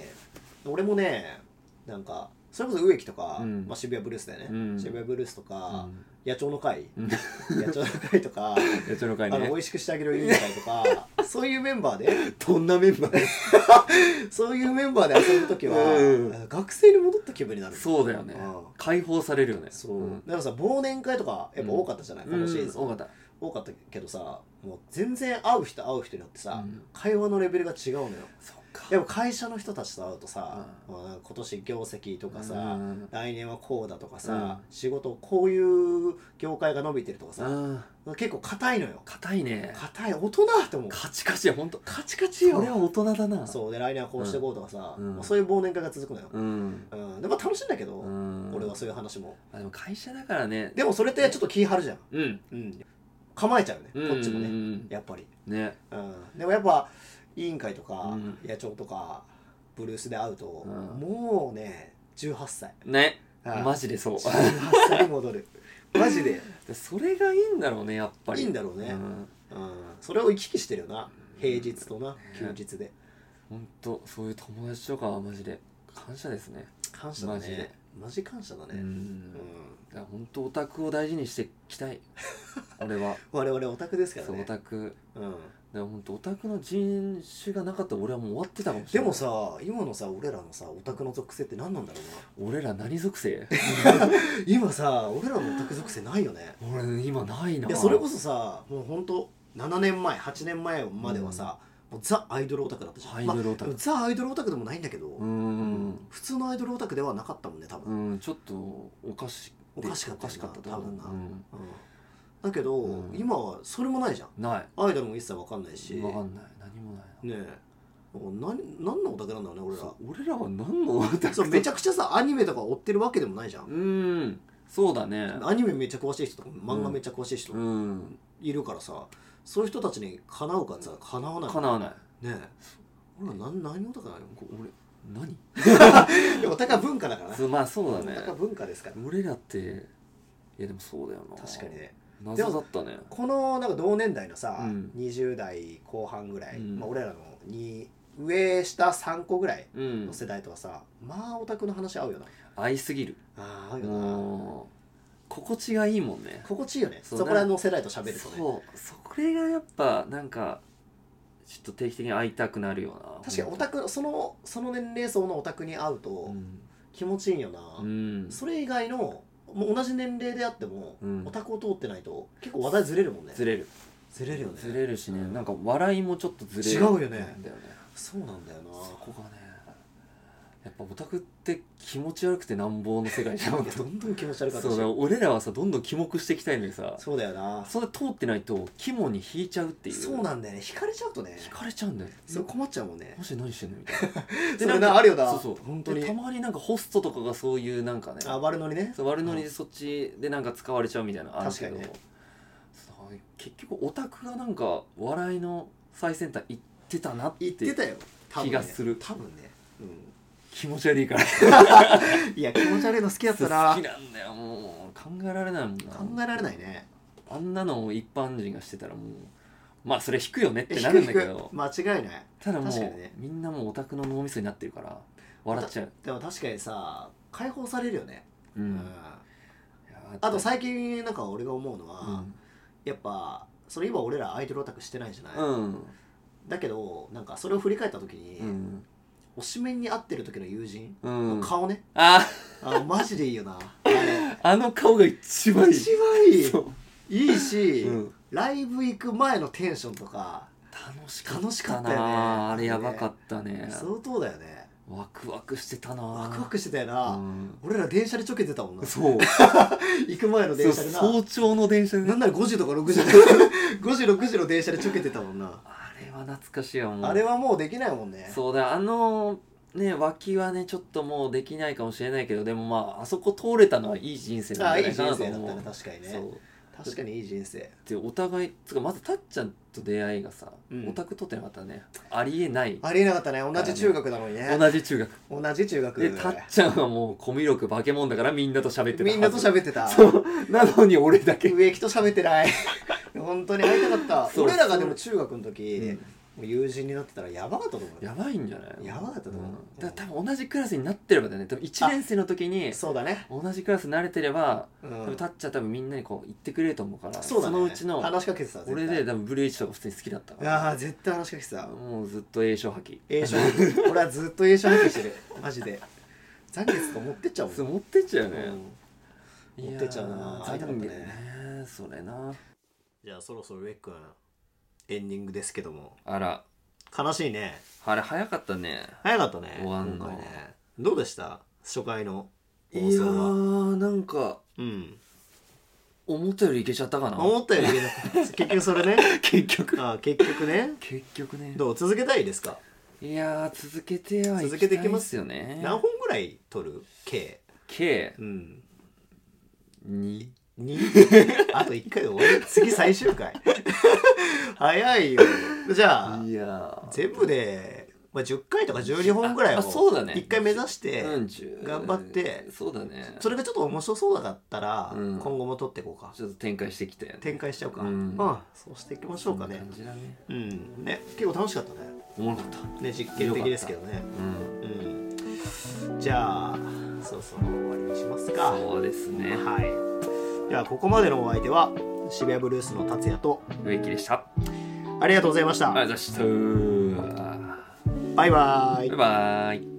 S1: 俺もねなんかそれこそ植木とか、
S2: うん
S1: まあ、渋谷ブルースだよね、
S2: うん
S1: 渋谷ブルースと
S2: う
S1: か、
S2: ん
S1: 野鳥の会
S2: うん
S1: 野鳥の会と [LAUGHS] か
S2: やつの
S1: あ
S2: 会
S1: の
S2: ね
S1: 美味しくしてあげる委員会とか
S2: [LAUGHS]
S1: そういうメンバーで
S2: どんなメンバー
S1: [LAUGHS] そういうメンバーで遊ぶ時は、
S2: うん
S1: 学生に戻った気分になる
S2: そうだよね
S1: うん
S2: 解放されるよね
S1: そう、
S2: ん
S1: だからさ忘年会とかやっぱ多かったじゃない、このシーズン、
S2: うん多かっ
S1: 多かったけどさもう全然会う人会う人によって
S2: た
S1: さ、
S2: うん
S1: 会話のレベルが違うのよ
S2: そっか
S1: やっぱ会社の人たちと会うとさ、
S2: う
S1: もうなんか今年業績とかさ、
S2: うん
S1: 来年はこうだとか
S2: う
S1: さ
S2: ん、
S1: 仕事こういう業界が伸びてるとかさ、
S2: あ
S1: 結構硬いのよ
S2: ー硬いね
S1: 硬い大人って思う
S2: カチカチやほんと
S1: カチカチ
S2: こ
S1: よ
S2: れは大人だな
S1: そうで来年はこうしていこうとかさ、
S2: うん
S1: まあそういう忘年会が続くのよ、
S2: うん
S1: うんでも楽しいんだけど、
S2: うん
S1: 俺はそういう話も
S2: あでも会社だからね
S1: でもそれってちょっと気張るじゃん、
S2: うん
S1: うん、構えちゃうよね、こっちも
S2: うん
S1: ね
S2: うん
S1: やっぱり、
S2: うんね
S1: うん、でもやっぱ委員会とか、
S2: うん
S1: 野鳥とかブルースで会うと、
S2: うん
S1: もうね18歳
S2: ね
S1: はい
S2: マジでそう
S1: 18歳に戻
S2: [LAUGHS]
S1: るマジで
S2: でそれがいいんだろうねやっぱり
S1: いいんだろうね
S2: うん
S1: うんそれを行き来してるよな平日とな休日で
S2: ほんとそういう友達とかはマジで感謝ですね
S1: 感謝だ
S2: マジで
S1: ねマジ感謝だ
S2: う
S1: ねうんん
S2: だからほんとオタクを大事にしていき
S1: [LAUGHS]
S2: たい俺は
S1: 我々オタクですから
S2: そうオ
S1: ね
S2: タク
S1: うん
S2: でもほんとオタクの人種がなかったら俺はもう終わってたかもし
S1: で
S2: れない
S1: もさ今のさ俺らのさオタクの属性って何なんだろう
S2: 俺ら何
S1: [LAUGHS]
S2: 属性
S1: な今さ俺らのオタク属性ないよね
S2: 俺今ないない
S1: やそれこそさもうほんと7年前8年前まではさ、もうザ・アイドルオタクだったじゃん
S2: アイドルオタク
S1: まあザ・アイドルオタクでもないんだけど、
S2: う
S1: うん
S2: ん
S1: 普通のアイドルオタクではなかったもんね多分、
S2: うん、ちょっとおかし
S1: おかしかったよな
S2: おかと
S1: 多
S2: 思う
S1: 分な
S2: うん
S1: うんだけど、
S2: うん
S1: 今はそれもないじゃん
S2: ない
S1: アイドルも一切わかんないし
S2: 分かんない何もないな
S1: ねえなんか何何のオタクなんだろうね俺ら
S2: そう俺らは何のオタク
S1: そうめちゃくちゃさアニメとか追ってるわけでもないじゃん
S2: うーんそうだね
S1: [LAUGHS] アニメめっちゃ詳しい人とか漫画めっちゃ詳しい人
S2: うん
S1: いるからさそういう人たちにかなうかってさかなわない
S2: 叶わない
S1: ねえ俺ら何何のオタク [LAUGHS] なの
S2: こ俺何
S1: でもお互い文化だからね
S2: そうまあそうだ
S1: お
S2: ね
S1: 互い文化ですから
S2: 俺らっていやでもそうだよな
S1: 確かにね
S2: 謎だったね
S1: このなんか同年代のさ、
S2: うん
S1: 20代後半ぐらい、
S2: うん
S1: まあ、俺らのに上下3個ぐらい
S2: うん
S1: の世代とはさ、まあオタクの話合うよな
S2: 合いすぎる
S1: あー合うよな
S2: もう心地がいいもんね
S1: 心地いいよね
S2: そ
S1: そうこら辺の世代と喋るとね
S2: そうそれがやっぱなんかちょっと定期的に会いたくなるよな
S1: 確かにオタクそのその年齢層のオタクに会う
S2: う
S1: と
S2: ん、
S1: 気持ちいいよな、
S2: うん、
S1: それ以外のもう同じ年齢であっても、
S2: うん
S1: オタクを通ってないと結構話題ずれるもんね
S2: ずれる
S1: ずれるよね
S2: ずれるしねなんか笑いもちょっとず
S1: 違
S2: れる
S1: うよね
S2: だよね
S1: そうなんだよな
S2: そこがねやっぱオタクって気持ち悪くてなんぼの世界じゃん
S1: [LAUGHS] いやどんどん気持ち悪かった
S2: そう
S1: し
S2: だから俺らはさどんどんキモくしていきたいのにさ
S1: そうだよな
S2: それ通ってないと肝に引いちゃうっていう
S1: そうなんだよね惹かれちゃうとね
S2: 引かれちゃうんだよ
S1: それ困っちゃうもんね
S2: マジで何してんのみたいな
S1: [LAUGHS] それなあるよな
S2: そうそう
S1: 本当に
S2: でたまになんかホストとかがそういうなんかね
S1: あ悪のにね
S2: そう悪ノリでそっちでなんか使われちゃうみたいなのあるけ
S1: 確
S2: ど
S1: かにね
S2: そう結局オタクがなんか笑いの最先端行ってたなっ
S1: 言
S2: て
S1: ってたよ多分ね
S2: 気がする
S1: 多分ねうん
S2: 気持ち悪いから
S1: いや気持ち悪いの好きだった
S2: 好
S1: な
S2: きなんだよもう考えられないもんな
S1: 考えられないね
S2: あんなのを一般人がしてたらもうまあそれ引くよねってな
S1: 低く
S2: るんだ
S1: 低
S2: け
S1: く
S2: ど
S1: 間違いない
S2: ただもう、
S1: 確かにね
S2: みんなもうオタクの脳みそになってるから笑っちゃう、
S1: でも確かにさ解放されるよね
S2: う
S1: うんん
S2: いや
S1: あと最近なんか俺が思うのは
S2: うん
S1: やっぱそれ今俺らアイドルオタクしてないじゃない、
S2: うん
S1: だけどなんかそれを振り返った時に、
S2: うん
S1: 推しメンに会ってる時の友人
S2: うん
S1: の顔
S2: [LAUGHS]
S1: ね、
S2: あ
S1: あマジでいいよ
S2: [LAUGHS]
S1: なあれ
S2: あの顔が一番いい
S1: 一番いい
S2: そう
S1: いいし、
S2: うん
S1: ライブ行く前のテンションとか
S2: 楽しかったな
S1: 楽しかったよね
S2: あれやばかったね
S1: 相当だよね
S2: ワクワクしてたな
S1: ワクワ
S2: し
S1: クしてたよ
S2: た
S1: な、俺ら電車でちょけてたもんな
S2: そう
S1: 行く前の
S2: そう
S1: 電車でな
S2: 早朝の電車で
S1: な
S2: ね
S1: んなら5時とか6時
S2: [LAUGHS]
S1: 5時6時の電車でちょけてたもんな、
S2: あれは懐かしいよもう
S1: あれはもうできないもんね
S2: そうだあのね脇はねちょっともうできないかもしれないけどでもまああそこ通れたのはいい人生
S1: あ
S2: な
S1: あ
S2: ん
S1: い
S2: じゃ
S1: い
S2: ない
S1: 人
S2: かなと
S1: 生だ
S2: 思
S1: っ
S2: う
S1: たね確かにね
S2: そう
S1: 確かにいい人生
S2: でお互いつうかまずたっちゃんと出会いがさ、
S1: うん
S2: オタクとってなかったねありえない
S1: ありえなかったね同じ中学なのにね
S2: 同じ中学
S1: 同じ中学
S2: でたっちゃんはもうコミュ力化け物だからみんなと喋ってたはず
S1: みんなと喋ってた
S2: そうなのに俺だけ
S1: 植木と喋って
S2: [LAUGHS]
S1: ない本当に会いたかった
S2: そう
S1: 俺らがでも中学の時、
S2: うん
S1: もう友人になってたらやばかったと思うよ
S2: やばいんじゃない
S1: やばかったと思うん
S2: だから多分同じクラスになってればだよね多分1年生の時に
S1: そうだね、
S2: 同じクラスになれてれば
S1: う
S2: 多分
S1: ん
S2: た、っちゃん多分みんなにこう言ってくれると思うから
S1: そうだね
S2: のうちの
S1: 話しかけてた絶対
S2: 俺で多分ブルーエイチとか普通に好きだったから
S1: ああ絶対話しかけてた
S2: もうずっと栄翔吐き
S1: A 賞俺はずっと A 賞発揮してるマジで残月とか持ってっちゃうもん
S2: そう持ってっちゃうよね、
S1: うん持ってっちゃうない
S2: やー
S1: 会いたかったね
S2: 残念ねそれな
S1: じゃあそろそろ植木君エンディングですけども
S2: あら
S1: 悲しいね
S2: あれ早かったね
S1: 早かったね
S2: 終わんの
S1: 今回ねどうでした初回の
S2: いや
S1: 放送は
S2: ーなんか
S1: うん
S2: 思ったよりいけちゃったかな
S1: 思ったよりいけなかった結局それね
S2: 結局
S1: ああ結局ね
S2: 結局ね
S1: どう続けたいですか
S2: いやー続けてはい
S1: 続けていきます
S2: よね
S1: 何本ぐらい取る K
S2: 計
S1: うん
S2: 2
S1: 2 [LAUGHS] あと1回で終わる次最終回 [LAUGHS] 早いよじゃあ
S2: いやー
S1: 全部で、まあ、10回とか12本ぐらいを
S2: あそうだね
S1: 1回目指して、
S2: うん10
S1: 頑張って
S2: そうだね
S1: それがちょっと面白そうだったら、
S2: うん
S1: 今後も撮っていこうか
S2: ちょっと展開してきたよね
S1: 展開しちゃうか、
S2: う
S1: うんんそうしていきましょうか
S2: そんな
S1: ね
S2: 感じだね
S1: うんね結構楽しかったね
S2: おもろかった
S1: ね実験的ですけどね
S2: うん
S1: うんじゃあそろそろ終わりにしますか
S2: そうですね
S1: はいではここまでのお相手は渋谷ブルースの達也と
S2: 植木でした
S1: ありがとうございました、
S2: ありがとうございました
S1: バイバイ
S2: バイバイ